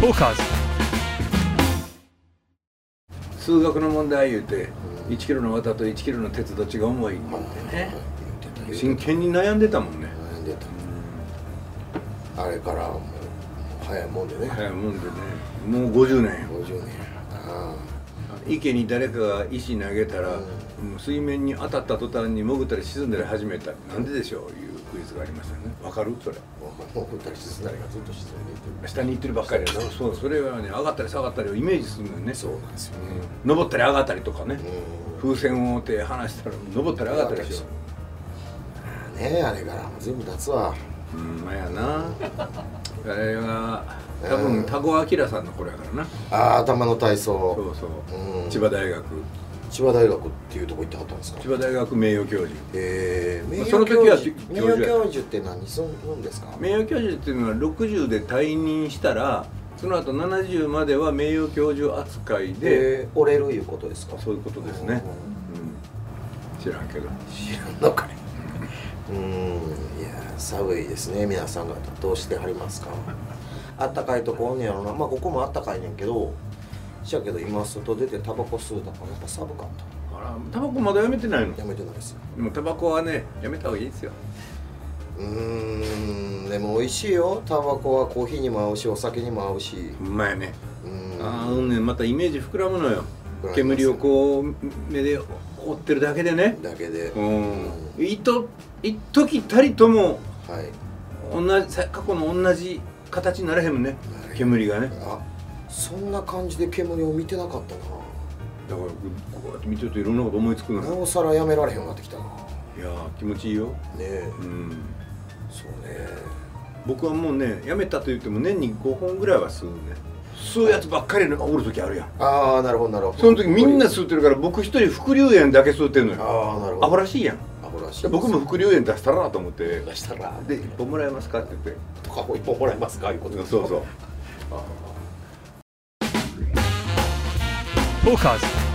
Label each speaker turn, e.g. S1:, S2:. S1: トーカーズ
S2: 数学の問題言うて1キロの綿と1キロの鉄どっちが重いって言ってね真剣に悩んでたもんね
S3: 悩んでたあれからもう早いもんでね
S2: 早いもんでねもう50年よ
S3: 50年あ
S2: 池に誰かが石投げたら、
S3: うん
S2: もう水面に当たった途端に潜ったり沈んだり始めたなんででしょういうクイズがありましたねわかるそれ
S3: あお前もう送ったりするなりがずっとしてるね
S2: 下に行ってるばっかりやなそうそれはね上がったり下がったりをイメージするのよね
S3: そうなんですよね
S2: うん登ったり上がったりとかね、
S3: うん
S2: 風船を手離したら登ったり上がったりでしょ
S3: ねえあれからもう全部経つわ
S2: うん まあやなあれは多分田子明さんの頃やからな
S3: ああ頭の体
S2: そ
S3: 操
S2: うそう、
S3: うん
S2: 千葉大学
S3: 千葉大学っていうとこ行ってはったんですか
S2: 千葉大学名誉教授
S3: えー、名
S2: その
S3: 誉
S2: 時
S3: 教
S2: は
S3: 授
S2: 教
S3: 名
S2: 授や
S3: 誉教授って何するんですか
S2: 名誉教授っていうのは60で退任したらその後70までは名誉教授扱いで、
S3: えー折れるいうことですか
S2: そういうことですね、うん、知らんけど
S3: 知らんのかいうんいや寒いですね皆さん方どうしてはりますかあったかいとこおんねやろなまあここもあったかいねんけどしやけど今外出てタバコ吸うたからやっぱ寒かっ
S2: あらタバコまだやめてないの
S3: た
S2: で
S3: やめてないですよ
S2: もタバコはねやめた方がいいですよ
S3: うーんでも美味しいよタバコはコーヒーにも合うしお酒にも合うし
S2: うまいね
S3: うん
S2: あーうんねまたイメージ膨らむのよ
S3: 膨らみます
S2: 煙をこう目で追ってるだけでね
S3: だけで、
S2: う
S3: は
S2: んいと一時たりとも
S3: い
S2: 同じさ過去の同じ形にならへんもんね
S3: なれへん
S2: 煙がね
S3: あそんな感じで煙を見てなかった
S2: だからこうこうやって見てるといろんなこと思いつくの
S3: なな
S2: よ
S3: おさらやめられへんようになってきたなね
S2: いやー気持ちいいよ
S3: え
S2: うん
S3: そうね
S2: 僕はもうねやめたと言っても年に5本ぐらいは吸うね吸うやつばっかりのおる時あるやん
S3: ああなるほどなるほど
S2: その時みんな吸ってるから僕一人副流煙だけ吸ってんのよ
S3: ああなるほど
S2: アホらしいやん
S3: アホらしい
S2: で僕も副流煙出したらなと思って
S3: 出したら
S2: で1本もらえますかって言って
S3: とか一本もらえますかいうこと
S2: そうそう
S1: トーカーズ